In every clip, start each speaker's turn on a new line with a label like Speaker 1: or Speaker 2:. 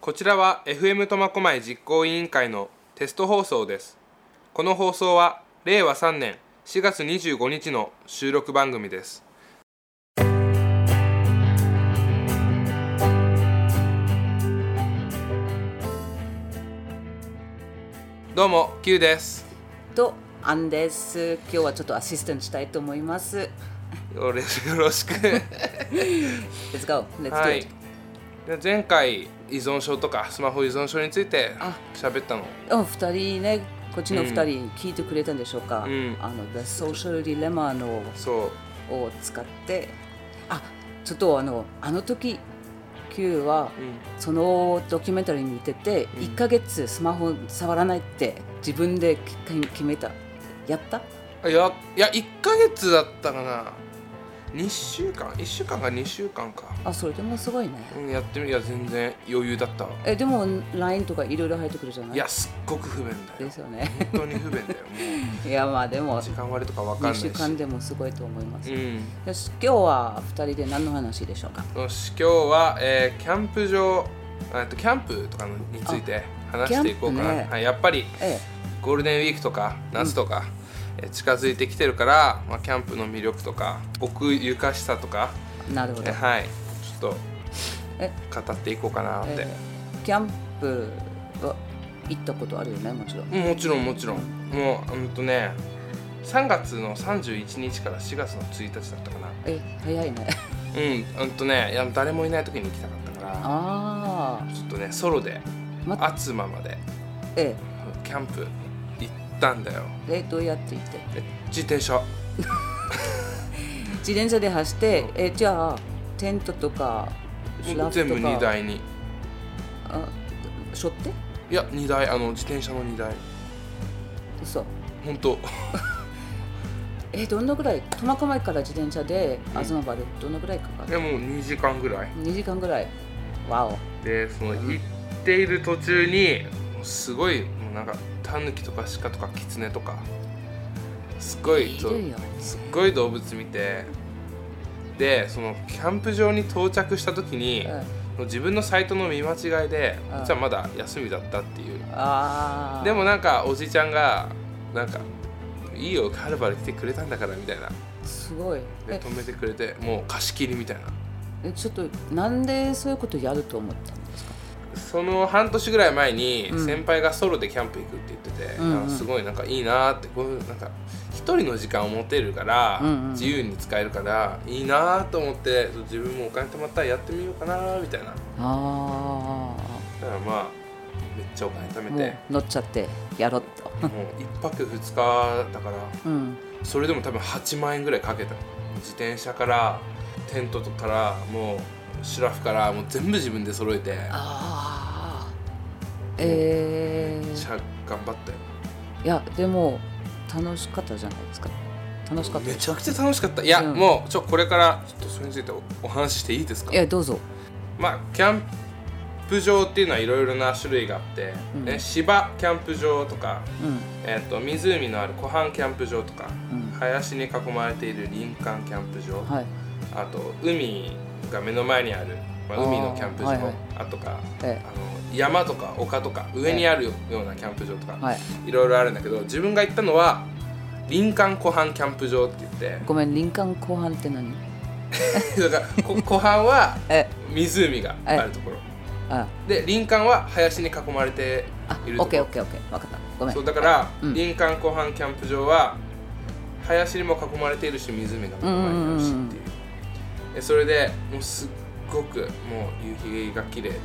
Speaker 1: こちらは FM 苫小牧実行委員会のテスト放送ですこの放送は令和3年4月25日の収録番組ですどうも Q です
Speaker 2: とアンです今日はちょっとアシスタントしたいと思います
Speaker 1: よろしよろしく
Speaker 2: Let's go Let's do it、
Speaker 1: はいで前回依存症とかスマホ依存症について
Speaker 2: あ
Speaker 1: 喋ったの
Speaker 2: お二人ねこっちの二人聞いてくれたんでしょうか、
Speaker 1: ん
Speaker 2: あの The Social Dilemma の
Speaker 1: そう
Speaker 2: を使ってあちょっとあのあの時 Q はそのドキュメンタリー見てて、一1か月スマホ触らないって自分で決決めたやった
Speaker 1: あいやいや1ヶ月だったかな2週間1週間か2週間か、
Speaker 2: あそれでもすごいね
Speaker 1: うん、やってみりゃ全然余裕だったわ
Speaker 2: えでも LINE とかいろいろ入ってくるじゃない
Speaker 1: いやすっごく不便だ
Speaker 2: で
Speaker 1: よ
Speaker 2: すよね
Speaker 1: 本当に不便だよも
Speaker 2: いやまあでも
Speaker 1: う時間割とかわかんな
Speaker 2: 2
Speaker 1: いし
Speaker 2: 週間でもすごいと思います、
Speaker 1: うん
Speaker 2: よし今日は2人で何の話でしょうか
Speaker 1: よし今日は、えーキャンプ場えっとキャンプとかのについて話していこうかな、
Speaker 2: キャンプね
Speaker 1: はい、やっぱり
Speaker 2: え
Speaker 1: ゴールデンウィークとか夏とか、えー近づいてきてるから、まあ、キャンプの魅力とか奥ゆかしさとか、
Speaker 2: えなるほ
Speaker 1: え
Speaker 2: ど
Speaker 1: ーはいちょっ
Speaker 2: え
Speaker 1: と語っていこうかなって、
Speaker 2: えーキャンプは行ったことあるよねもちろん
Speaker 1: もちろんもちろんもううんとね3月の31日から4月の1日だったかな
Speaker 2: え早 いね
Speaker 1: うんうんとねいや誰もいない時に行きたかったか
Speaker 2: ああ
Speaker 1: らちょっとねソロで
Speaker 2: ま
Speaker 1: 厚ままで
Speaker 2: え
Speaker 1: キャンプ行ったんだよ
Speaker 2: ええどうやって行って
Speaker 1: え自転車
Speaker 2: 自転車で走ってえじゃあテントとかシュラフ
Speaker 1: 全
Speaker 2: と
Speaker 1: 部
Speaker 2: か
Speaker 1: 荷台に
Speaker 2: あ背負って
Speaker 1: いや荷台あの自転車の荷台
Speaker 2: 嘘
Speaker 1: 本当
Speaker 2: えどんなぐらい苫小牧から自転車で東までどのぐらいか か
Speaker 1: で
Speaker 2: る、
Speaker 1: もう2時間ぐらい
Speaker 2: 2時間ぐらいわお
Speaker 1: でその行っている途中にもうすごいもうなんかタヌキとかシカとかキツネとかすごい
Speaker 2: い
Speaker 1: と
Speaker 2: るよ
Speaker 1: すっごい動物見てでそのキャンプ場に到着した時に
Speaker 2: うん、
Speaker 1: 自分のサイトの見間違いで
Speaker 2: うん
Speaker 1: 実はまだ休みだったっていう
Speaker 2: ああ
Speaker 1: でもなんかおじちゃんがなんか「いいよはるばる来てくれたんだから」みたいな
Speaker 2: すごい
Speaker 1: で
Speaker 2: え
Speaker 1: 止めてくれてもう貸し切りみたいな
Speaker 2: えちょっとなんでそういうことやると思ったんですか
Speaker 1: その半年ぐらい前に
Speaker 2: うん
Speaker 1: 先輩がソロでキャンプ行くって言ってて、
Speaker 2: うんうん
Speaker 1: なんかすごいなんかいいなーってこういうなんか一人の時間を持てるから、
Speaker 2: うんうん
Speaker 1: 自由に使えるからいいなーと思って自分もお金貯まったらやってみようかなーみたいなだか
Speaker 2: あ
Speaker 1: らまあめっちゃお金貯
Speaker 2: あ
Speaker 1: め
Speaker 2: もう
Speaker 1: て
Speaker 2: 乗っちゃってやろっと
Speaker 1: もう1泊2日だから
Speaker 2: うん
Speaker 1: それでも多分8万円ぐらいかけた自転車からテントからもうシュラフからもう全部自分で揃えてめっ
Speaker 2: ああえ
Speaker 1: ちゃ頑張ったよ
Speaker 2: ー、いやでも楽しかったじゃないですか楽しかった
Speaker 1: め
Speaker 2: でし
Speaker 1: ち
Speaker 2: ょ
Speaker 1: ゃくちゃ楽しかったいや、
Speaker 2: うん
Speaker 1: もうちょこれからちょっとそれについておお話ししていいですか
Speaker 2: いやどうぞ
Speaker 1: まあキャンプ場っていうのはいろいろな種類があって、
Speaker 2: うん
Speaker 1: ね、芝キャンプ場とか、
Speaker 2: うん
Speaker 1: えっと湖のある湖畔キャンプ場とか、
Speaker 2: うん
Speaker 1: 林に囲まれている林間キャンプ場、
Speaker 2: はい
Speaker 1: あと海が目の前にある、まあ、
Speaker 2: あー
Speaker 1: 海のキャンプ場
Speaker 2: はいはい
Speaker 1: あとかあ
Speaker 2: え
Speaker 1: の山とか丘とか上にあるようなキャンプ場とか、
Speaker 2: はい
Speaker 1: いろいろあるんだけど自分が行ったのは林間湖畔キャンプ場って言って
Speaker 2: ごめん林間後半って何
Speaker 1: だからこ湖畔は
Speaker 2: え
Speaker 1: 湖があるところ
Speaker 2: あ
Speaker 1: で林間は林に囲まれて
Speaker 2: あ
Speaker 1: いると
Speaker 2: オッ
Speaker 1: こ
Speaker 2: ケー
Speaker 1: ろ
Speaker 2: オッケーオッケー分かったごめん
Speaker 1: そうだから、
Speaker 2: うん
Speaker 1: 林間湖畔キャンプ場は林にも囲まれているし湖が囲まれているし
Speaker 2: うんうんうん
Speaker 1: っていうでそれでもうすっごくもう夕日が綺麗で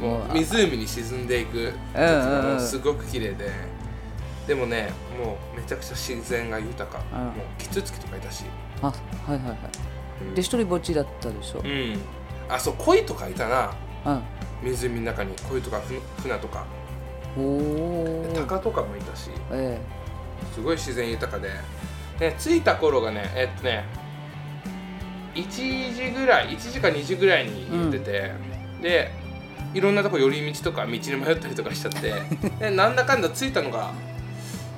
Speaker 1: もう
Speaker 2: うわ
Speaker 1: 湖に沈んでいくやつがもうすごく綺麗ででもねもうめちゃくちゃ自然が豊か
Speaker 2: うん
Speaker 1: もうキツツキとかいたし
Speaker 2: あはいはいはいで一人ぼっちだったでしょ、
Speaker 1: うんあそう鯉とかいたな
Speaker 2: うん
Speaker 1: 湖の中に鯉とかふ船とか
Speaker 2: おおー
Speaker 1: 鷹とかもいたし
Speaker 2: え
Speaker 1: すごい自然豊かでで着いた頃がねえっとね1時ぐらい1時か2時ぐらいに行ってて、でいろんなとこ寄り道とか道に迷ったりとかしちゃってでなんだかんだ着いたのが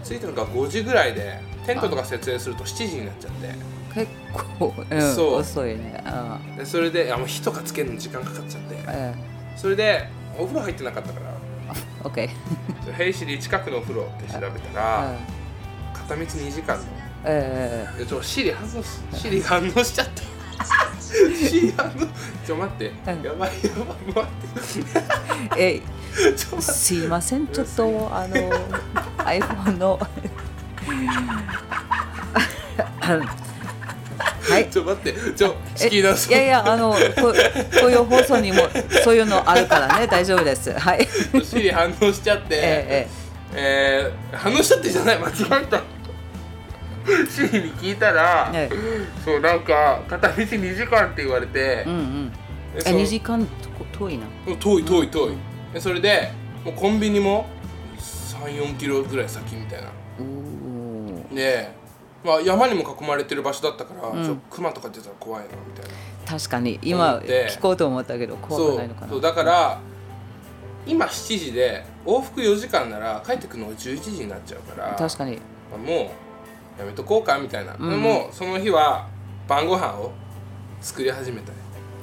Speaker 1: 着いたのが5時ぐらいでテントとか設営すると7時になっちゃって
Speaker 2: え結構、うん
Speaker 1: そう
Speaker 2: 遅いねあ
Speaker 1: でそれであもう火とかつけるのに時間かかっちゃって
Speaker 2: え
Speaker 1: それでお風呂入ってなかったから
Speaker 2: オッケ
Speaker 1: 「
Speaker 2: ー
Speaker 1: ヘイシリ近くのお風呂」って調べた
Speaker 2: うん
Speaker 1: ら片道2時間の
Speaker 2: え
Speaker 1: いやちょシリ反応しシリ反応しちゃった シリ反応ちょ待ってやば
Speaker 2: うん
Speaker 1: いやばい待って
Speaker 2: ーえ
Speaker 1: ちょ待っ
Speaker 2: ー
Speaker 1: て
Speaker 2: すい ませんちょっとあの iPhone の はい
Speaker 1: ちょ待ってちょ仕切り直そう
Speaker 2: いやいやあのここういう放送にもそういうのあるからね大丈夫ですはい
Speaker 1: シリ反応しちゃって、
Speaker 2: え
Speaker 1: えー反応しちゃってじゃない間違えたシリに聞いたら、
Speaker 2: ー、えーえ
Speaker 1: そうなんか片道2時間って言われて、
Speaker 2: ーうんうん
Speaker 1: え
Speaker 2: え
Speaker 1: そう
Speaker 2: 2時間とこ遠いな
Speaker 1: 遠い遠い遠い、えそれでもうコンビニも34キロぐらい先みたいな
Speaker 2: おー
Speaker 1: で、まあ、山にも囲まれてる場所だったから、
Speaker 2: うん
Speaker 1: ちょ熊とか出たら怖いなみたいな
Speaker 2: 確かに
Speaker 1: 思
Speaker 2: 今
Speaker 1: って
Speaker 2: 聞こうと思ったけど怖くないのか
Speaker 1: そうそう
Speaker 2: な
Speaker 1: だから今7時で往復4時間なら帰ってくるのが11時になっちゃうから
Speaker 2: 確かに
Speaker 1: まあもうやめとこうかみたいな、
Speaker 2: うん
Speaker 1: でもその日は晩ご飯を作り始めたね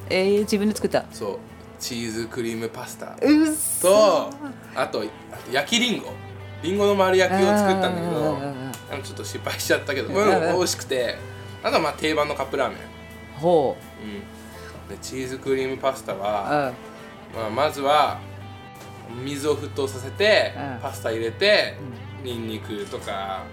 Speaker 2: えー、自分で作った
Speaker 1: そうチーズクリームパスタ
Speaker 2: うっそ
Speaker 1: とあとあと焼きりんごりんごの丸焼きを作ったんだけどあのちょっと失敗しちゃったけど、うん、
Speaker 2: うん
Speaker 1: 美味しくてあとはまあ定番のカップラーメン、
Speaker 2: ほ
Speaker 1: うん、でチーズクリームパスタ
Speaker 2: う、う
Speaker 1: は、
Speaker 2: ん、
Speaker 1: まあ、まずは水を沸騰させて、
Speaker 2: うん
Speaker 1: パスタ入れて、ニンニクとか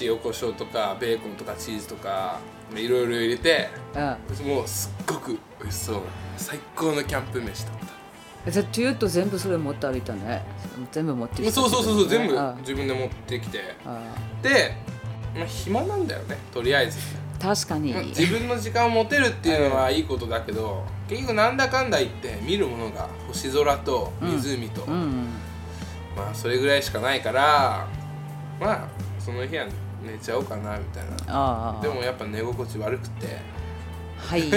Speaker 1: 塩コショウとかベーコンとかチーズとかいろいろ入れて
Speaker 2: うん
Speaker 1: もうすっごく美味しそうな最高のキャンプ飯だった
Speaker 2: じゃあトゥーと全部それ持って歩いたね全部持ってきた
Speaker 1: そうそうそうそう全部
Speaker 2: あ
Speaker 1: 自分で持ってきて
Speaker 2: あ
Speaker 1: で、まあ、暇なんだよねとりあえず、
Speaker 2: 確かに
Speaker 1: まあ自分の時間を持てるっていうのはいいことだけど結局なんだかんだ言って見るものが星空と湖と、
Speaker 2: うんうん
Speaker 1: まあそれぐらいしかないからまあその日は寝ちゃおうかなみたいな
Speaker 2: ああ
Speaker 1: でもやっぱ寝心地悪くて
Speaker 2: はい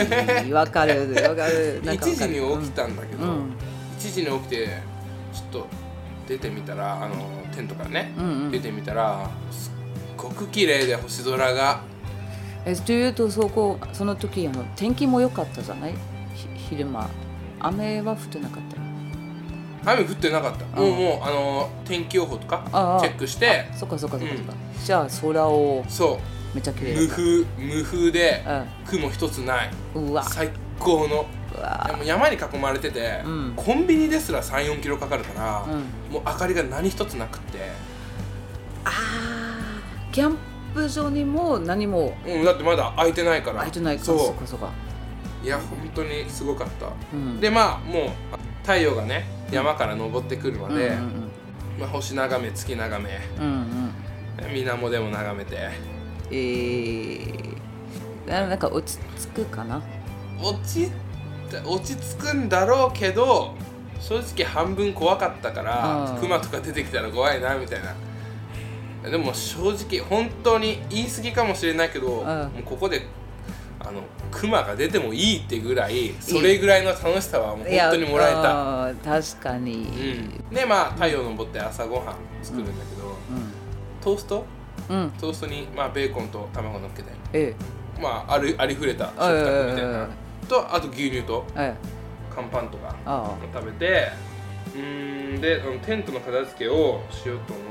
Speaker 2: わかるわ かるなん
Speaker 1: 1
Speaker 2: かわか
Speaker 1: 時
Speaker 2: る
Speaker 1: に起きたんだけど、
Speaker 2: うんうん
Speaker 1: 1時に起きてちょっと出てみたらあのテントからね、
Speaker 2: うんうん
Speaker 1: 出てみたらすっごく綺麗で星空が
Speaker 2: えというとそこその時あの天気も良かったじゃないひ昼間雨は降ってなかった
Speaker 1: 雨降ってなかった、
Speaker 2: う
Speaker 1: も
Speaker 2: ん
Speaker 1: うもうあの天気予報とか
Speaker 2: ああ
Speaker 1: チェックして
Speaker 2: そっかそっかそっかそっか、
Speaker 1: う
Speaker 2: じゃあ空を
Speaker 1: そ
Speaker 2: めっちゃ
Speaker 1: う
Speaker 2: 綺麗
Speaker 1: 無
Speaker 2: だった
Speaker 1: 風無風で雲一つない
Speaker 2: うんうわ
Speaker 1: 最高の
Speaker 2: うわ
Speaker 1: でも山に囲まれてて、
Speaker 2: うん
Speaker 1: コンビニですら3 4キロかかるから、
Speaker 2: うん
Speaker 1: もう明かりが何一つなくって、
Speaker 2: あーキャンプ場にも何も
Speaker 1: うん、だってまだ開いてないから
Speaker 2: 開いてないからそ
Speaker 1: そ
Speaker 2: っかそっか
Speaker 1: ういや本当にすごかった
Speaker 2: うん
Speaker 1: でまあもう太陽がね山から昇ってくるま
Speaker 2: うん
Speaker 1: で、
Speaker 2: うん
Speaker 1: まあ、星眺め月眺め
Speaker 2: うんうんうん
Speaker 1: 水面でも眺めて
Speaker 2: えー、ななんか落ち着くかな
Speaker 1: 落ち落ち着くんだろうけど正直半分怖かったから
Speaker 2: うん
Speaker 1: クマとか出てきたら怖いなみたいなでも正直本当に言い過ぎかもしれないけど、
Speaker 2: ん
Speaker 1: もうここであのクマが出てもいいってぐらいそれぐらいの楽しさはもう本当にもらえた
Speaker 2: た確かに、
Speaker 1: うん、でまあ太陽昇って朝ごはん作るんだけど、トースト
Speaker 2: うんうん
Speaker 1: トーストに、まあ、ベーコンと卵乗っけて
Speaker 2: え
Speaker 1: まああるありふれた食
Speaker 2: はいはいはい
Speaker 1: 卓みたいなとあと牛乳と
Speaker 2: ええ
Speaker 1: 乾パンとか
Speaker 2: あ
Speaker 1: 食べてうーんであのテントの片付けをしようと思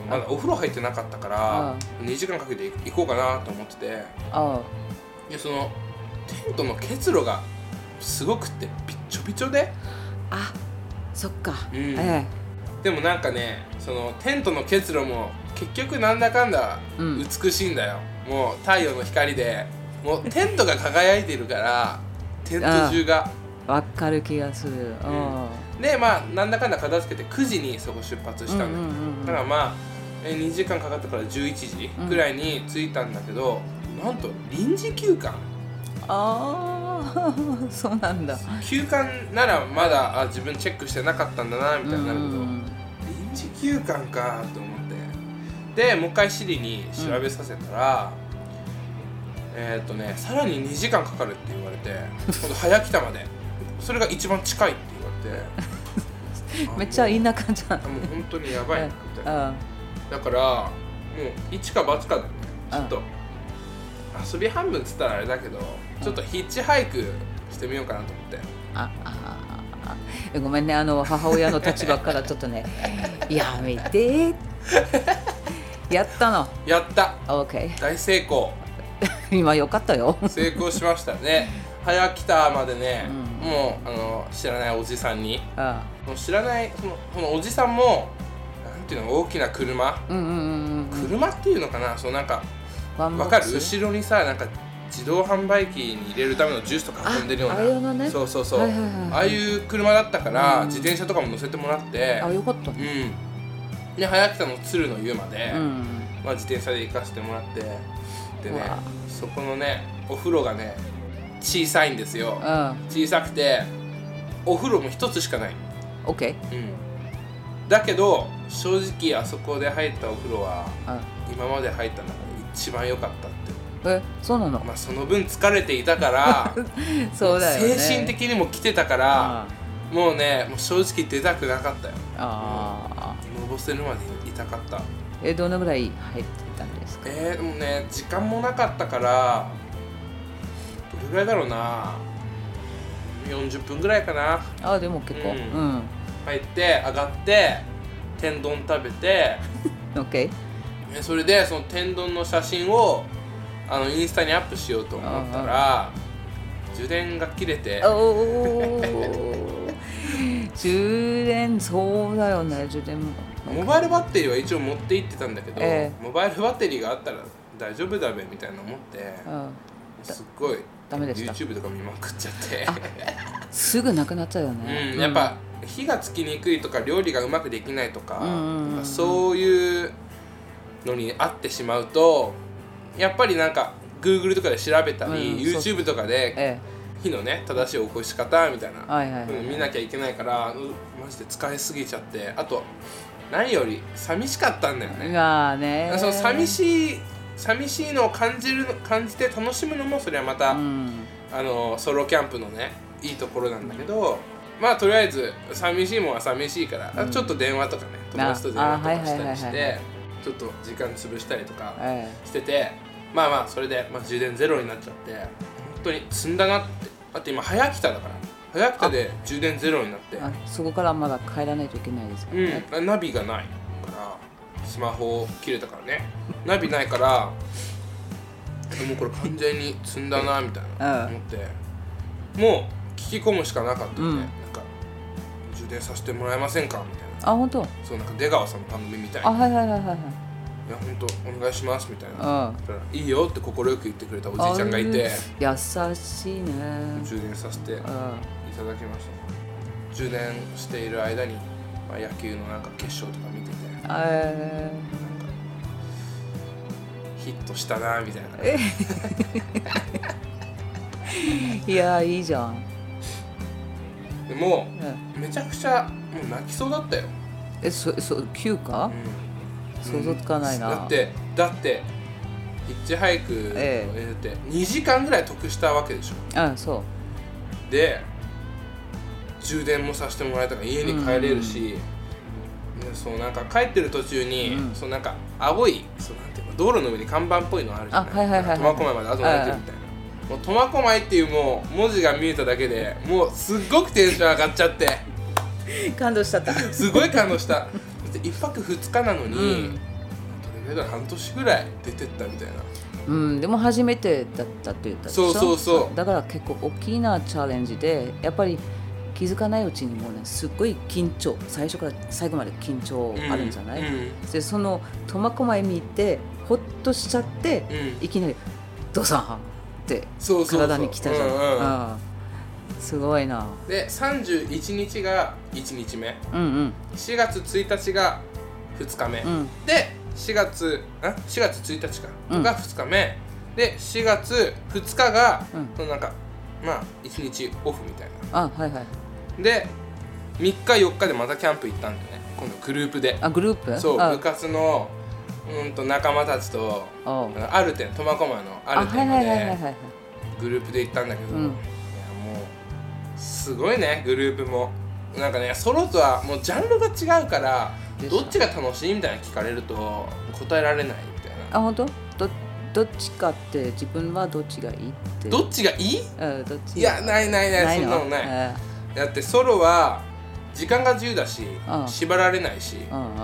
Speaker 1: ったんだけどまだお風呂入ってなかったから
Speaker 2: あ
Speaker 1: 2時間かけて行こうかなと思ってて
Speaker 2: ああ
Speaker 1: でそのテントの結露がすごくってびっちょびちょで
Speaker 2: ああそっか、
Speaker 1: うん
Speaker 2: え
Speaker 1: でもなんかねそのテントの結露も結局なんだかんだ
Speaker 2: うん
Speaker 1: 美しいんだよ、もう太陽の光でもうテントが輝いてるからテント中が
Speaker 2: えわかる気がするうん
Speaker 1: でまあなんだかんだ片付けて9時にそこ出発したんだけど、
Speaker 2: うんうんうんうん
Speaker 1: だからまあえ2時間かかったから11時ぐらいに着いたんだけど、なんと臨時休館
Speaker 2: ああ そうなんだ
Speaker 1: 休館ならまだあ自分チェックしてなかったんだなみたいになるけど、
Speaker 2: うん
Speaker 1: 臨時休館かと思ってでもう一回 Siri に調べさせたら、えーっ、とねさらに2時間かかるって言われて今度早北までそれが一番近いって言われて
Speaker 2: めっちゃ
Speaker 1: い
Speaker 2: 田舎じゃん
Speaker 1: もう本当にやばいなみたいな
Speaker 2: あ
Speaker 1: だからもう一か八かだよねちょっと遊び半分っつったらあれだけどちょっとヒッチハイクしてみようかなと思って
Speaker 2: あああごめんねあの母親の立場からちょっとねやめてやったの
Speaker 1: やった
Speaker 2: OK
Speaker 1: 大成功
Speaker 2: 今よかったよ
Speaker 1: 成功しました ね早来たまでね、
Speaker 2: うん
Speaker 1: もうあの知らないおじさんに
Speaker 2: あ
Speaker 1: その知らないそのそのおじさんもなんていうの大きな車
Speaker 2: うんうんうんうん
Speaker 1: 車っていうのかな、そのなんか
Speaker 2: ワンボ
Speaker 1: わ
Speaker 2: ッ
Speaker 1: か
Speaker 2: ク
Speaker 1: る
Speaker 2: ス
Speaker 1: 後ろにさなんか自動販売機に入れるためのジュースとか運んでるような
Speaker 2: ああれのね
Speaker 1: そうそうそう、
Speaker 2: はいはいはいはい
Speaker 1: ああいう車だったから、
Speaker 2: うん
Speaker 1: 自転車とかも乗せてもらって
Speaker 2: あよかったね
Speaker 1: うんで早来たの鶴の湯まで、
Speaker 2: うん
Speaker 1: まあ、自転車で行かせてもらってでね
Speaker 2: うわ
Speaker 1: そこのねお風呂がね小さいんですよ
Speaker 2: うん
Speaker 1: 小さくてお風呂も一つしかない、
Speaker 2: OK
Speaker 1: うん、だけど正直あそこで入ったお風呂は
Speaker 2: うん
Speaker 1: 今まで入った中で一番良かったって
Speaker 2: えそうなの
Speaker 1: まあその分疲れていたから
Speaker 2: そうだよね
Speaker 1: 精神的にも来てたから
Speaker 2: あ
Speaker 1: もうねもう正直出たくなかったよ
Speaker 2: あ
Speaker 1: のぼせるまで痛かった
Speaker 2: えどのぐらい入ってたんですか
Speaker 1: えー、もうね時間もなかったからどれぐらいだろうな40分ぐらいかな
Speaker 2: あでも結構
Speaker 1: う
Speaker 2: うんん
Speaker 1: 入って上がって天丼食べて
Speaker 2: OK
Speaker 1: えそれでその天丼の写真をあのインスタにアップしようと思ったら充電が切れて
Speaker 2: おー 充電そうだよね充電も
Speaker 1: モバイルバッテリーは一応持って行ってたんだけど、
Speaker 2: え
Speaker 1: モバイルバッテリーがあったら大丈夫だべみたいな思って
Speaker 2: うん
Speaker 1: すっごい
Speaker 2: ダメでした
Speaker 1: YouTube とか見まくっちゃって。
Speaker 2: すぐなくなっちゃうよね
Speaker 1: うん、やっぱ火がつきにくいとか料理がうまくできないとか,、
Speaker 2: うんうんうんうん
Speaker 1: そういうのに合ってしまうとやっぱりなんか Google とかで調べたり、
Speaker 2: うん
Speaker 1: YouTube とかで
Speaker 2: え
Speaker 1: 火のね正しい起こし方みたいな、
Speaker 2: えはいはいはい
Speaker 1: うん見なきゃいけないからうマジで使いすぎちゃってあと何より寂しかったんだよね、
Speaker 2: まあね
Speaker 1: その寂しい寂しいのを感じるの感じて楽しむのもそれはまた、
Speaker 2: うん
Speaker 1: あのソロキャンプのねいいところなんだけど、まあとりあえず寂しいもんは寂しいから、
Speaker 2: うん
Speaker 1: ちょっと電話とかね友達と電話とかしたりし
Speaker 2: あはいはいはい
Speaker 1: てちょっと時間潰したりとか
Speaker 2: ええ
Speaker 1: しててまあまあそれで、まあ、充電ゼロになっちゃって本当に積んだなってだって今早来ただから早来たで充電ゼロになって
Speaker 2: あそこからまだ帰らないといけないですからね、
Speaker 1: うん、ナビがないからスマホ切れたからねナビないからもうこれ完全に積んだなみたいな
Speaker 2: うん
Speaker 1: 思ってもう聞き込むしかなかったんで、
Speaker 2: うん
Speaker 1: なんか充電させてもらえませんかみたいな
Speaker 2: あ本当
Speaker 1: そうなんか出川さんの番組みたい
Speaker 2: あ
Speaker 1: に
Speaker 2: はいはいはいはいはい
Speaker 1: 「いや本当お願いします」みたいな
Speaker 2: あ
Speaker 1: 「いいよ」って快く言ってくれたおじいちゃんがいて
Speaker 2: 優しいね
Speaker 1: 充電させていただ
Speaker 2: あ
Speaker 1: きました充電している間に、まあ、野球のなんか決勝とか見てて
Speaker 2: え
Speaker 1: ヒットしたなみたいな
Speaker 2: ーいやいいじゃん、
Speaker 1: でも
Speaker 2: うん、
Speaker 1: めちゃくちゃもう泣きそうだったよ、
Speaker 2: えそそ休
Speaker 1: う
Speaker 2: 暇
Speaker 1: ん、
Speaker 2: 想像つかないな
Speaker 1: だってだってヒッチハイクの
Speaker 2: ええ
Speaker 1: えって2時間ぐらい得したわけでしょ
Speaker 2: うんそう
Speaker 1: で充電もさせてもらえたから家に帰れるし、ねそうなんか帰ってる途中に、
Speaker 2: うん
Speaker 1: そうなんか青いそうなんていうの道路の上に看板っぽいのあるじゃない
Speaker 2: あはいはいはいはい
Speaker 1: 苫小牧まであと何キロみたいな。もう苫小牧っていうもう文字が見えただけでもうすっごくテンション上がっちゃって。
Speaker 2: 感動しちゃった
Speaker 1: すごい感動しただって1泊2日なのに、
Speaker 2: うん
Speaker 1: どれぐらいだろう半年ぐらい出てったみたいな
Speaker 2: うんでも初めてだったって言ったでしょ
Speaker 1: そうそうそう
Speaker 2: だから結構大きなチャレンジでやっぱり気づかないうちにもうねすっごい緊張最初から最後まで緊張あるんじゃない、
Speaker 1: うんうん
Speaker 2: でその苫小牧見てほっとしちゃって、
Speaker 1: うん
Speaker 2: いきなり「ドサンハン」って
Speaker 1: そうそうそう
Speaker 2: 体に来たじゃん
Speaker 1: うんうん
Speaker 2: うんすごいな
Speaker 1: で31日が1日目
Speaker 2: うんうん
Speaker 1: 4月1日が2日目、
Speaker 2: うん
Speaker 1: で4月あ4月1日か、
Speaker 2: うん
Speaker 1: が2日目で4月2日が、
Speaker 2: うん
Speaker 1: そのなんかまあ1日オフみたい
Speaker 2: あはいはい
Speaker 1: なで3日4日でまたキャンプ行ったんだよね今度グループで
Speaker 2: あグループ
Speaker 1: そう
Speaker 2: あ
Speaker 1: 部活のうんと仲間たちと
Speaker 2: おう
Speaker 1: ある点苫小牧の
Speaker 2: あ
Speaker 1: ある
Speaker 2: はい
Speaker 1: 点
Speaker 2: は
Speaker 1: ま
Speaker 2: いはいはい
Speaker 1: で
Speaker 2: はい
Speaker 1: グループで行ったんだけど、
Speaker 2: うん
Speaker 1: いやもうすごいねグループもなんかねソロとはもうジャンルが違うから
Speaker 2: でしょ
Speaker 1: どっちが楽しいみたいな聞かれると答えられないみたいな
Speaker 2: あ本当どどっちかって自分はどっちがいいって
Speaker 1: どっちがいい
Speaker 2: うんどっち
Speaker 1: いやないないない
Speaker 2: の
Speaker 1: そんなのない
Speaker 2: え
Speaker 1: だってソロは時間が自由だし
Speaker 2: うん
Speaker 1: 縛られないし
Speaker 2: うんうん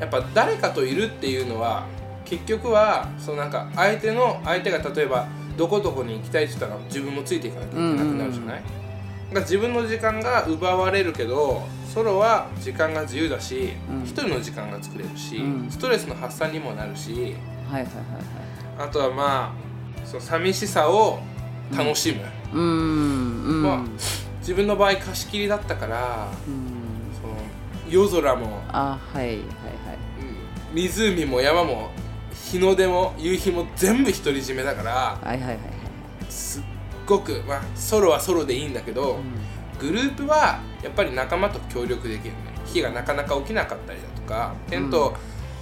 Speaker 1: やっぱ誰かといるっていうのは結局はそのなんか相手の相手が例えばどこどこに行きたいって言ったら自分もついていかなきゃいけなくなるじゃない、だから自分の時間が奪われるけどソロは時間が自由だし
Speaker 2: うん
Speaker 1: 一、人の時間が作れるし、
Speaker 2: うん
Speaker 1: ストレスの発散にもなるし
Speaker 2: はいはいはいはい
Speaker 1: あとはまあその寂しさを楽しむ、
Speaker 2: うーんうん、
Speaker 1: まあ自分の場合貸し切りだったから
Speaker 2: うん
Speaker 1: その夜空も
Speaker 2: あはいはいはい
Speaker 1: うん湖も山も日の出も夕日も全部独り占めだから
Speaker 2: はいはいはいはい
Speaker 1: すっごく、まあ、ソロはソロでいいんだけど、グループはやっぱり仲間と協力できるね火がなかなか起きなかったりだとかテント、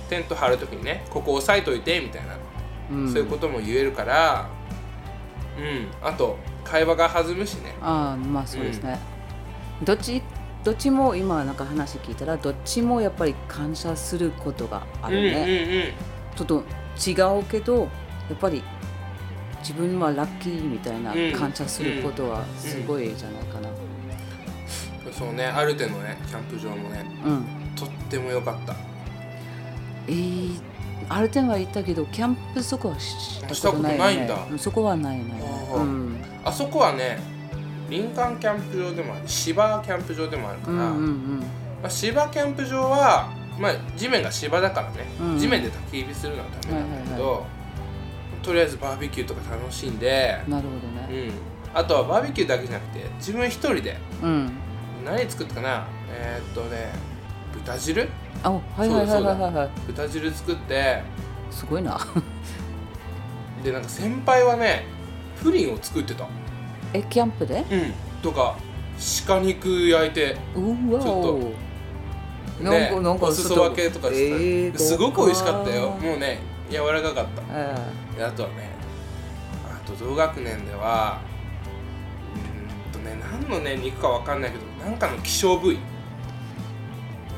Speaker 1: テント張る時にねここ押さえといてみたいな、
Speaker 2: うん
Speaker 1: そういうことも言えるからうんあと会話が弾むしね
Speaker 2: ああまあそうですね、どっちどっちも今なんか話聞いたらどっちもやっぱり感謝することがあるね、ちょっと違うけどやっぱり自分はラッキーみたいな
Speaker 1: うん
Speaker 2: 感謝することはすごいじゃないかな
Speaker 1: うんうんうんそうねアルテのねキャンプ場もね
Speaker 2: うん、
Speaker 1: とっても良かった
Speaker 2: えー、アルテンは行ったけどキャンプそこはしたことない,、
Speaker 1: し
Speaker 2: ね、
Speaker 1: たことないんだ
Speaker 2: うんそこはないね
Speaker 1: あー
Speaker 2: うん
Speaker 1: あそこはね林間キャンプ場でもある芝キャンプ場でもあるか
Speaker 2: う
Speaker 1: ら、
Speaker 2: んうん
Speaker 1: まあ、芝キャンプ場は、まあ、地面が芝だからね、
Speaker 2: うん
Speaker 1: 地面で焚き火するのはダメなんだけど、
Speaker 2: は
Speaker 1: とりあえずバーベキューとか楽しんで
Speaker 2: う、んなるほど
Speaker 1: う
Speaker 2: ね
Speaker 1: ん、あとはバーベキューだけじゃなくて自分一人で
Speaker 2: うん
Speaker 1: 何作ったかなえーっとね豚汁
Speaker 2: あはいはいはいはいはいはい
Speaker 1: 豚汁作って
Speaker 2: すごいな
Speaker 1: でなんか先輩はねプリンを作ってた、
Speaker 2: えキャンプで
Speaker 1: うん、とか鹿肉焼いて
Speaker 2: うわ
Speaker 1: ちょ
Speaker 2: お
Speaker 1: ね、
Speaker 2: なんか
Speaker 1: お裾分けとかしてた、
Speaker 2: えー
Speaker 1: すごく美味しかったよ
Speaker 2: 豪華
Speaker 1: もうね柔らかかった
Speaker 2: え
Speaker 1: であとはねあと同学年ではうーんとね何のね肉かわかんないけどなんかの希少部位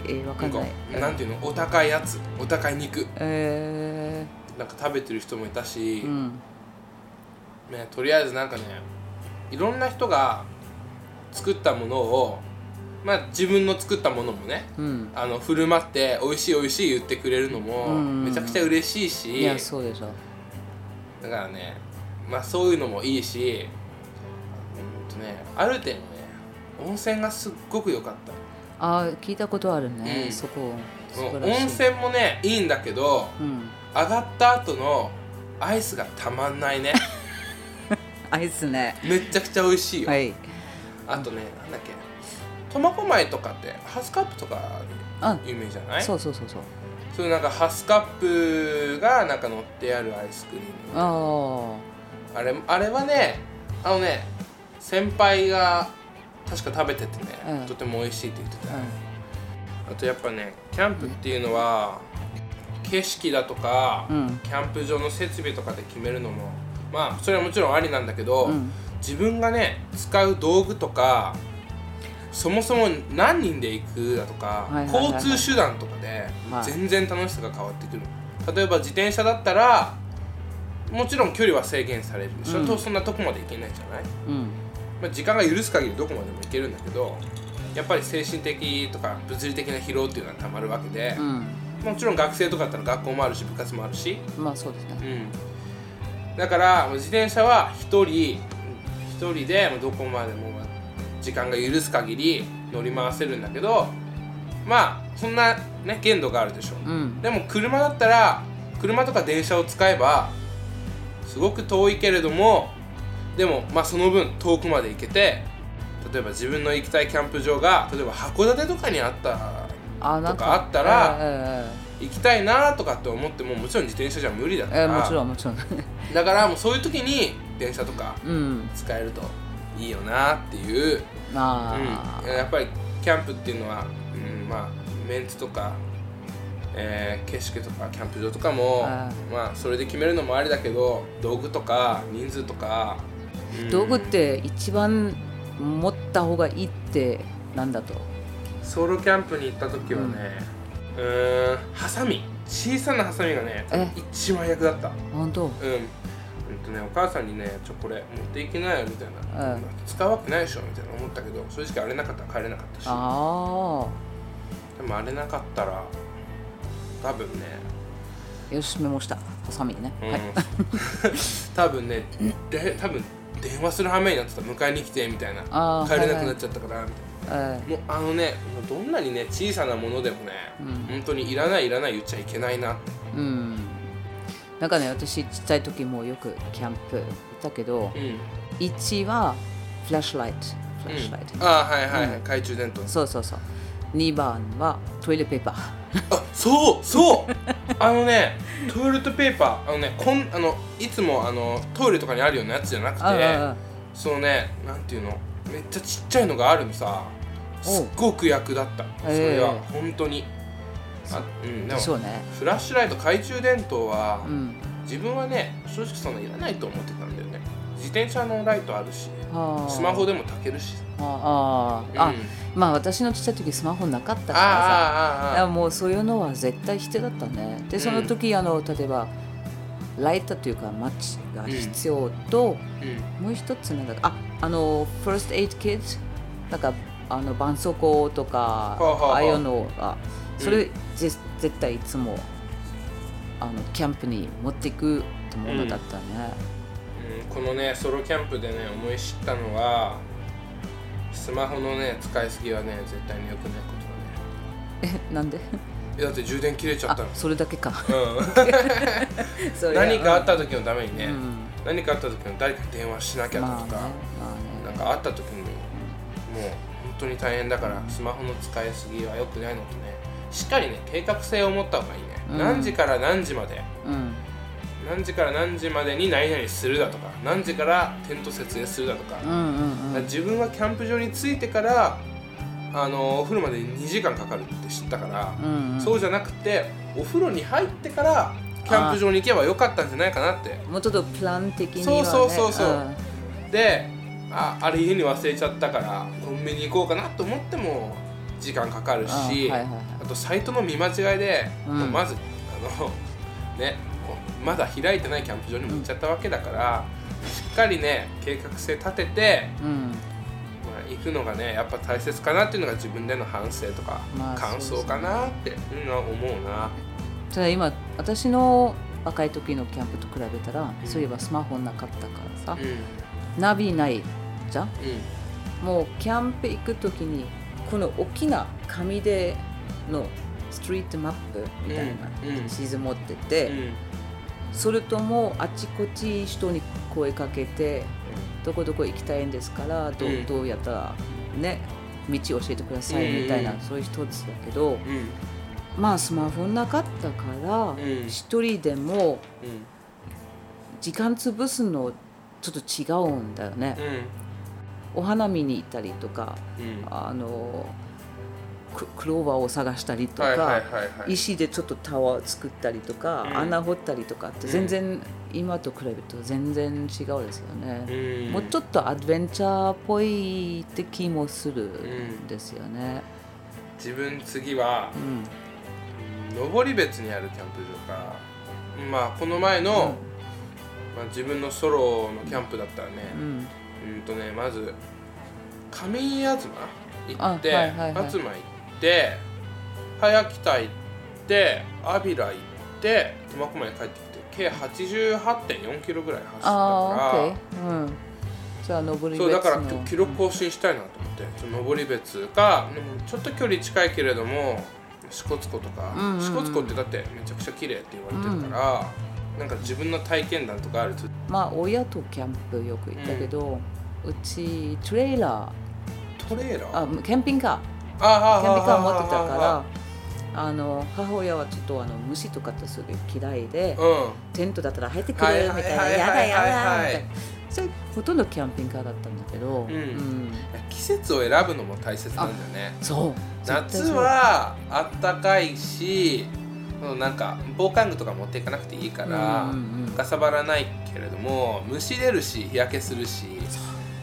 Speaker 2: えーわか
Speaker 1: なん
Speaker 2: ん
Speaker 1: か
Speaker 2: ない
Speaker 1: なんていうのお高いやつお高い肉
Speaker 2: え
Speaker 1: なんか食べてる人もいたし
Speaker 2: ー、うん
Speaker 1: ね、とりあえずなんかねいろんな人が作ったものをまあ自分の作ったものもね
Speaker 2: うん
Speaker 1: あの振る舞って美味しい美味しい言ってくれるのも
Speaker 2: うん
Speaker 1: めちゃくちゃ嬉しいし、
Speaker 2: いやそうでしょ
Speaker 1: だからねまあそういうのもいいしうんとねある点ね温泉がすっごく良かった
Speaker 2: あー聞いたことあるね、
Speaker 1: うん
Speaker 2: そこ素
Speaker 1: もう
Speaker 2: 晴らしい
Speaker 1: 温泉もねいいんだけど
Speaker 2: うん
Speaker 1: 上がった後のアイスがたまん ないね
Speaker 2: アイスね
Speaker 1: めっちゃくちゃ美味しいよ、
Speaker 2: はい
Speaker 1: あとねなんだっけ苫小牧とかってハスカップとか
Speaker 2: あ
Speaker 1: 有名じゃない
Speaker 2: そ
Speaker 1: そう
Speaker 2: うそうそうそう
Speaker 1: いうなんかハスカップがなんか乗ってあるアイスクリーム
Speaker 2: あ
Speaker 1: あれあれはねあのね先輩が確か食べててね、
Speaker 2: うん
Speaker 1: とても美味しいって言って
Speaker 2: あ
Speaker 1: た、あとやっぱねキャンプっていうのは景色だとか、
Speaker 2: うんうん
Speaker 1: キャンプ場の設備とかで決めるのもまあそれはもちろんありなんだけど、
Speaker 2: うん
Speaker 1: 自分がね使う道具とかそもそも何人で行くだとか、
Speaker 2: はいはいはいはい
Speaker 1: 交通手段とかで
Speaker 2: はい
Speaker 1: 全然楽しさが変わってくる、例えば自転車だったらもちろん距離は制限されるでしょ、
Speaker 2: うん
Speaker 1: とそんなとこまで行けないじゃない、
Speaker 2: うん
Speaker 1: まあ、時間が許す限りどこまでも行けるんだけどやっぱり精神的とか物理的な疲労っていうのはたまるわけで
Speaker 2: う、ん
Speaker 1: もちろん学生とかだったら学校もあるし部活もあるし、
Speaker 2: まあそうですね
Speaker 1: うん、だからもう自転車は1人1人でもうどこまでも時間が許す限り乗り回せるんだけどまあそんなね限度があるでしょ
Speaker 2: うん
Speaker 1: でも車だったら車とか電車を使えばすごく遠いけれどもでもまあその分遠くまで行けて例えば自分の行きたいキャンプ場が例えば函館とかにあった
Speaker 2: あ
Speaker 1: とかあったら
Speaker 2: え
Speaker 1: 行きたいなとかって思ってももちろん自転車じゃ無理だ
Speaker 2: ー
Speaker 1: か
Speaker 2: えーえ
Speaker 1: ら、
Speaker 2: ーもちろんもちろん
Speaker 1: だからもうそういう時に電車とか
Speaker 2: うん
Speaker 1: 使えるといいよなっていう、
Speaker 2: ああ、
Speaker 1: うん、やっぱりキャンプっていうのは、うん、まあメンツとか、えー景色とかキャンプ場とかも
Speaker 2: あ
Speaker 1: まあそれで決めるのもありだけど道具とか人数とか、うん
Speaker 2: 道具って一番持った方がいいってなんだと
Speaker 1: ソロキャンプに行った時はねうーんハサミ小さなハサミがね
Speaker 2: え
Speaker 1: 一番役だった
Speaker 2: 本当
Speaker 1: うん、うんとねお母さんにね「ちょこれ持っていけないよ」みたいな、
Speaker 2: うん
Speaker 1: 使うわけないでしょ」みたいな思ったけど正直あれなかったら帰れなかったし
Speaker 2: あ
Speaker 1: でもあれなかったら多分ね
Speaker 2: あよしメモしたハサミね、
Speaker 1: うん、
Speaker 2: はい
Speaker 1: 多分ねで多分電話する羽目になってた迎えに来てみたいな
Speaker 2: あー
Speaker 1: 帰れなくなっちゃったからみたいな
Speaker 2: え
Speaker 1: もうあのねどんなにね小さなものでもね、本当にいらないいらない言っちゃいけないなって
Speaker 2: ーうんなんかね私ちっちゃい時もよくキャンプ行ったけど
Speaker 1: うん、
Speaker 2: 1はフラッシュライトフラッシュライト、
Speaker 1: ああはいはいはい、懐中電灯
Speaker 2: そうそうそう2番はトイレペーパー
Speaker 1: あそうそう あのねトイレットペーパーあのねこんあのいつもあのトイレとかにあるようなやつじゃなく
Speaker 2: ああ
Speaker 1: てそのねなんていうのめっちゃちっちゃいのがあるのさ
Speaker 2: お
Speaker 1: すっごく役立ったそれは、本当にあうんでも
Speaker 2: そうね
Speaker 1: フラッシュライト懐中電灯は、
Speaker 2: うん
Speaker 1: 自分はね正直そんないらないと思ってたんだよね自転車のライトあるし
Speaker 2: あー
Speaker 1: スマホでも炊けるし
Speaker 2: あーあ、
Speaker 1: うん
Speaker 2: まあ私のちっちゃい時スマホなかったからさだか
Speaker 1: あ
Speaker 2: らもうそういうのは絶対必要だったねでその時、あの例えばライターというかマッチが必要
Speaker 1: あああ
Speaker 2: と、
Speaker 1: あうん
Speaker 2: もう一つなんだああのファーストエイトキッズなんかあの絆創膏とか
Speaker 1: あはあ
Speaker 2: ああいうのが
Speaker 1: うん
Speaker 2: それ、ぜ絶対いつもあのキャンプに持っていくってものだったね、
Speaker 1: うんこのねソロキャンプでね思い知ったのはスマホのね使いすぎはね絶対に良くないことだ
Speaker 2: えなんで
Speaker 1: ねえだって充電切れちゃっ
Speaker 2: あ
Speaker 1: たの
Speaker 2: それだけ かそ
Speaker 1: うん、
Speaker 2: れは
Speaker 1: 何かあった時のためにね、
Speaker 2: うん
Speaker 1: 何かあった時の誰かに電話しなきゃだ
Speaker 2: まあ
Speaker 1: と
Speaker 2: ね
Speaker 1: か、
Speaker 2: まあ
Speaker 1: なん
Speaker 2: ね
Speaker 1: かあった時にもう本当に大変だからスマホの使いすぎは良くないのとねしっかりね計画性を持った方がいいね、
Speaker 2: うん
Speaker 1: 何時から何時まで
Speaker 2: うん
Speaker 1: 何時から何時までに何々するだとか何時からテント設営するだとか,、
Speaker 2: うんうんうん
Speaker 1: 自分はキャンプ場に着いてからあのお風呂まで2時間かかるって知ったから、
Speaker 2: うんうん
Speaker 1: そうじゃなくてお風呂に入ってからキャンプ場に行けばよかったんじゃないかなって
Speaker 2: もうちょっとプラン的には、ね、
Speaker 1: そうそうそうそうんでああれ家に忘れちゃったからコンビニ行こうかなと思っても時間かかる
Speaker 2: あ
Speaker 1: し
Speaker 2: ー
Speaker 1: あ,、
Speaker 2: はいはいはい
Speaker 1: とサイトの見間違いで、
Speaker 2: うん
Speaker 1: まずあのねこうまだ開いてないキャンプ場にも行っちゃったわけだから、しっかりね計画性立てて、
Speaker 2: うん
Speaker 1: まあ、行くのがねやっぱ大切かなっていうのが自分での反省とか、
Speaker 2: まあ
Speaker 1: 感想かなっていうのは思うな。
Speaker 2: ただ今私の若い時のキャンプと比べたら、そういえばスマホなかったからさ、ナビないじゃん
Speaker 1: うんうん
Speaker 2: もうキャンプ行く時にこの大きな紙でのストリートマップみたいな
Speaker 1: うんうん
Speaker 2: 地図持ってて、それともあちこち人に声かけてどこどこ行きたいんですからどう,、
Speaker 1: うん
Speaker 2: どうやったらね道教えてくださいみたいな、
Speaker 1: うん
Speaker 2: そういう一つだけど
Speaker 1: うん
Speaker 2: まあスマホなかったから
Speaker 1: うん
Speaker 2: 一、人でも
Speaker 1: うん
Speaker 2: 時間潰すのちょっと違うんだよね、
Speaker 1: う
Speaker 2: お花見に行ったりとか
Speaker 1: んうん
Speaker 2: あのククローバーを探したりとか、
Speaker 1: はいはいはいはい
Speaker 2: 石でちょっとタワー作ったりとか、
Speaker 1: うん
Speaker 2: 穴掘ったりとかって
Speaker 1: うん
Speaker 2: 全然、今と比べると全然違うですよね、
Speaker 1: ん
Speaker 2: もうちょっとアドベンチャーっぽいって気もするんですよね、
Speaker 1: 自分次は
Speaker 2: うん
Speaker 1: 登別にあるキャンプ場からまあこの前の、まあ、自分のソロのキャンプだったらね
Speaker 2: うん
Speaker 1: うんとねまず上東行って、
Speaker 2: あはいはいはい
Speaker 1: 東行って早北行って安平行って苫小牧に帰ってきて計8 8 4キロぐらい走ったから
Speaker 2: ああ、オッケー。うん。じゃあ登り
Speaker 1: そうだ
Speaker 2: 別
Speaker 1: から
Speaker 2: の
Speaker 1: 記録更新したいなと思ってちょっと登別かでもちょっと距離近いけれども支笏湖とか
Speaker 2: うんうんうん
Speaker 1: 支笏湖ってだってめちゃくちゃ綺麗って言われてるから、なんか自分の体験談とかあると
Speaker 2: まあ親とキャンプよく行ったけど、うちトレーラー
Speaker 1: トレーラー
Speaker 2: あキャンピングカー
Speaker 1: あ
Speaker 2: キャンピングカー持ってたからあの母親はちょっとあの虫とかってすぐ嫌いで、
Speaker 1: らうん
Speaker 2: テントだったら入ってく
Speaker 1: は
Speaker 2: れ
Speaker 1: い
Speaker 2: る
Speaker 1: はい
Speaker 2: み
Speaker 1: は
Speaker 2: た
Speaker 1: い
Speaker 2: い
Speaker 1: は
Speaker 2: ないやだやだ
Speaker 1: はい
Speaker 2: みたいなそれほとんどキャンピングカーだったんだけど、
Speaker 1: ん季節を選ぶのも大切なんだよね
Speaker 2: そう
Speaker 1: 夏
Speaker 2: 絶対そう
Speaker 1: はあったかいしうんなんか防寒具とか持っていかなくていいから、
Speaker 2: うんうんうん
Speaker 1: かさばらないけれども虫出るし日焼けするし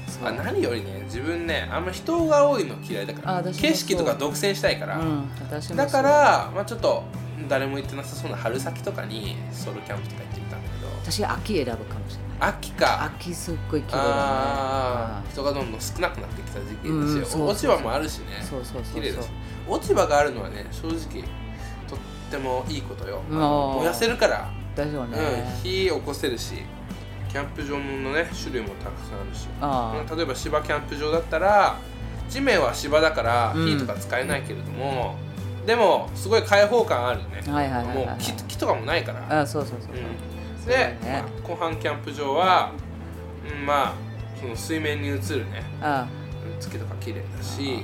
Speaker 2: そう
Speaker 1: まあ、何よりね自分ねあんま人が多いの嫌いだから
Speaker 2: あ私もそう
Speaker 1: 景色とか独占したいから、
Speaker 2: うん、私も
Speaker 1: だか
Speaker 2: そう
Speaker 1: ら、まあ、ちょっと誰も行ってなさそうな春先とかにソロキャンプとか行ってみたんだけど
Speaker 2: 私は秋選ぶかもしれない
Speaker 1: 秋か
Speaker 2: 秋すっごい綺麗だね
Speaker 1: あ
Speaker 2: はい
Speaker 1: ー人がどんどん少なくなってきた時期
Speaker 2: うん
Speaker 1: ですよ、
Speaker 2: そう
Speaker 1: 落ち葉もあるしね
Speaker 2: そうそうそ
Speaker 1: 綺
Speaker 2: う
Speaker 1: 麗だ
Speaker 2: そ
Speaker 1: し落ち葉があるのはね正直とってもいいことよあの
Speaker 2: うん
Speaker 1: 燃やせるから、
Speaker 2: うだよね、
Speaker 1: うん、火起こせるしキャンプ場のね種類もたくさんあるし
Speaker 2: ああ
Speaker 1: 例えば芝キャンプ場だったら地面は芝だから
Speaker 2: うん
Speaker 1: 火とか使えないけれども、でもすごい開放感あるよね、
Speaker 2: はいはいはいはい
Speaker 1: もう木木とかもないから
Speaker 2: あそうそうそうそう、
Speaker 1: うん、
Speaker 2: そうだよ
Speaker 1: で
Speaker 2: ね、
Speaker 1: まあ湖畔キャンプ場は、うん、まあその水面に映るね
Speaker 2: あ
Speaker 1: 月とか綺麗だし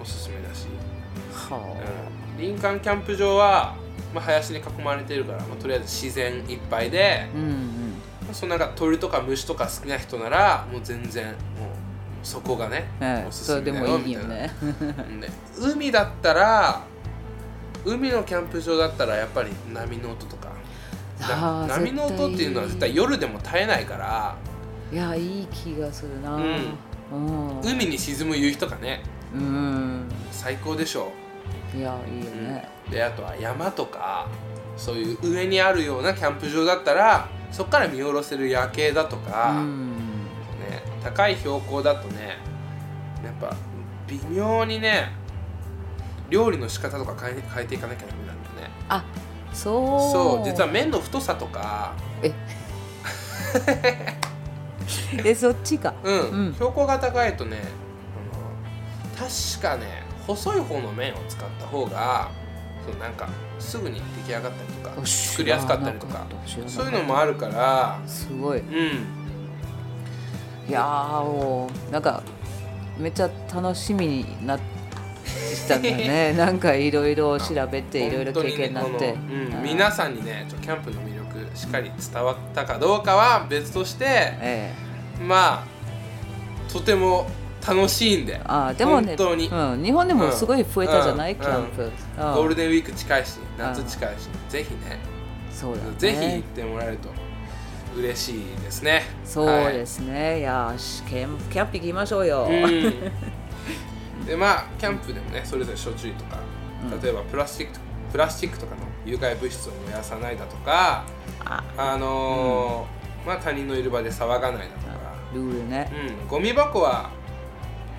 Speaker 1: おすすめだし、
Speaker 2: あは
Speaker 1: うん、林間キャンプ場は、まあ、林に囲まれてるから、まあ、とりあえず自然いっぱいで
Speaker 2: あ、うんうん
Speaker 1: まあそのなんか鳥とか虫とか好きな人ならもう全然もうそこがね、
Speaker 2: ええ
Speaker 1: おすす
Speaker 2: そ
Speaker 1: め
Speaker 2: れで
Speaker 1: だ
Speaker 2: も
Speaker 1: よ
Speaker 2: いい
Speaker 1: み
Speaker 2: よ
Speaker 1: たいな
Speaker 2: ね
Speaker 1: うんで海だったら海のキャンプ場だったらやっぱり波の音とか
Speaker 2: あー
Speaker 1: な波の音っていうのは絶対夜でも絶えないから
Speaker 2: いやいい気がするな
Speaker 1: うん
Speaker 2: うんうん、
Speaker 1: 海に沈む夕日とかね最高でしょ
Speaker 2: いやいいよ
Speaker 1: う、
Speaker 2: ね、
Speaker 1: うんであとは山とかそういう上にあるようなキャンプ場だったらそこから見下ろせる夜景だと
Speaker 2: う
Speaker 1: か、
Speaker 2: ん、
Speaker 1: ね、高い標高だとねやっぱ微妙にね料理の仕方とか変え変えていかなきゃダメなんだよね
Speaker 2: あそ
Speaker 1: そ
Speaker 2: う
Speaker 1: う実は麺の太さとか
Speaker 2: えそっちか
Speaker 1: うん、
Speaker 2: うん
Speaker 1: 標高が高いとねあの確かね細い方の麺を使った方がそうなんかすぐに出来上がったりとか作りやすかったりとかそういうのもあ
Speaker 2: る
Speaker 1: るから
Speaker 2: すごい
Speaker 1: うん
Speaker 2: いやーもうなんかめっちゃ楽しみになってきたんだ ねなんかいろいろ調べていろいろ
Speaker 1: 本当
Speaker 2: 経験になって、
Speaker 1: ねこのうん、
Speaker 2: うん
Speaker 1: 皆さんにねちょキャンプの魅力しっかり伝わったかどうかは別として
Speaker 2: え
Speaker 1: まあとても楽しいんで
Speaker 2: え、あーでも
Speaker 1: 本
Speaker 2: ね
Speaker 1: 当に
Speaker 2: うん、日本でもすごい増えたじゃない、
Speaker 1: うん
Speaker 2: キャンプ、うん
Speaker 1: ゴールデンウィーク近いし夏近いし、ぜひね
Speaker 2: そうだね
Speaker 1: ぜひ行ってもらえると嬉しいですね
Speaker 2: そうですね、い、やーしキャンキャンプ行きましょうよ、
Speaker 1: はいうんでまあキャンプでもねそれぞれ処置とか
Speaker 2: うん
Speaker 1: 例えばプラスチックプラスチックとかの有害物質を燃やさないだとか
Speaker 2: あ
Speaker 1: あのーまあ他人のいる場で騒がないだとか
Speaker 2: ルールね
Speaker 1: うん、ゴミ箱は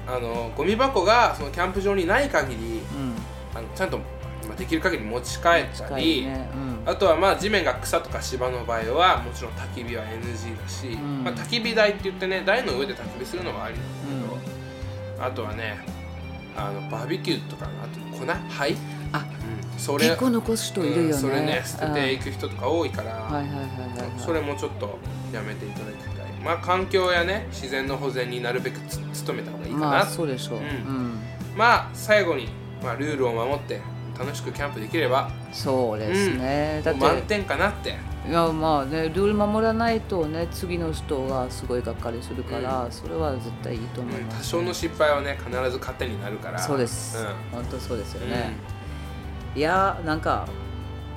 Speaker 1: あのゴミ箱がそのキャンプ場にない限り
Speaker 2: うん
Speaker 1: あのちゃんと、まあ、できる限り持ち帰った
Speaker 2: 近
Speaker 1: り、
Speaker 2: いねうん
Speaker 1: あとはまあ地面が草とか芝の場合はもちろん焚き火は NG だし、
Speaker 2: ん
Speaker 1: まあ、焚き火台って言ってね台の上で焚き火するのはありなんだけど、あとはねあのバーベキューとかのあと粉灰、うん、
Speaker 2: あ
Speaker 1: それ
Speaker 2: 結構残す人いるよね、
Speaker 1: うんそれね捨てていく人とか多いから、
Speaker 2: うんはいはいはいはい、はい、
Speaker 1: それもちょっとやめていただきたいまあ環境やね自然の保全になるべくつ努めた方がいいかな、
Speaker 2: ま
Speaker 1: ま
Speaker 2: あ
Speaker 1: あ、
Speaker 2: そうでしょう、
Speaker 1: う
Speaker 2: うんん
Speaker 1: 最後に、まあ、ルールを守って楽しくキャンプできれば
Speaker 2: そうですね、
Speaker 1: もう
Speaker 2: だっ
Speaker 1: 満
Speaker 2: て
Speaker 1: 点かなって
Speaker 2: いやまあねルール守らないとね次の人がすごいがっかりするから、それは絶対いいと思い
Speaker 1: うん
Speaker 2: ま
Speaker 1: 多
Speaker 2: す、
Speaker 1: 少の失敗はね必ず糧になるから
Speaker 2: そうです、
Speaker 1: うん
Speaker 2: 本当そうですよね、いやなんか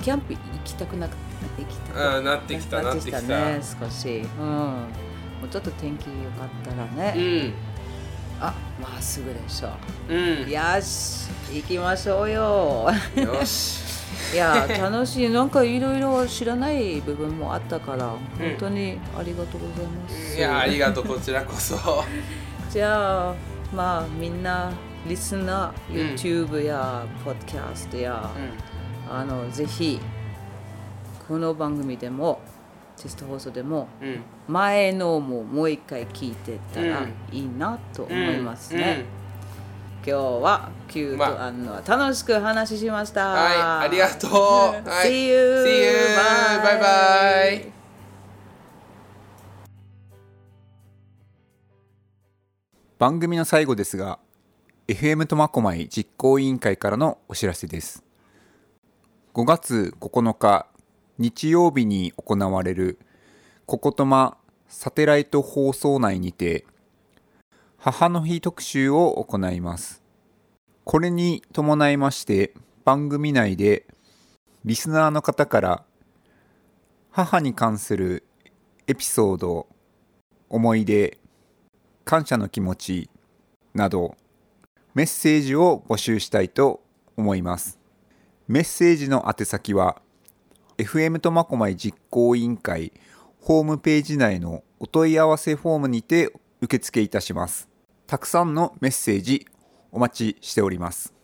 Speaker 2: キャンプ行きたくなく行きたく
Speaker 1: うんなってきたなってきた
Speaker 2: ね少しうんもうちょっと天気良かったらね、
Speaker 1: うん
Speaker 2: あまっすぐでしょ
Speaker 1: うん
Speaker 2: よし行きましょうよ
Speaker 1: よし
Speaker 2: いや楽しいなんかいろいろ知らない部分もあったから本当にありがとうございます、
Speaker 1: いやありがとうこちらこそ
Speaker 2: じゃあまあみんなリスナー YouTube や、ポッドキャストや、あのぜひこの番組でもテスト放送でも
Speaker 1: うんうん
Speaker 2: 前のももう一回聞いてたらいいなと思いますね、今日はキュー
Speaker 1: ま
Speaker 2: トアンの楽しく話ししました、
Speaker 1: うんはいありがとう、 はい
Speaker 2: See you
Speaker 1: See you bye bye
Speaker 3: 番組の最後ですが FM 苫小牧実行委員会からのお知らせです5月9日日曜日に行われるこことまサテライト放送内にて母の日特集を行いますこれに伴いまして番組内でリスナーの方から母に関するエピソード思い出感謝の気持ちなどメッセージを募集したいと思いますメッセージの宛先は FM とまこまい実行委員会ホームページ内のお問い合わせフォームにて受付いたします。たくさんのメッセージお待ちしております。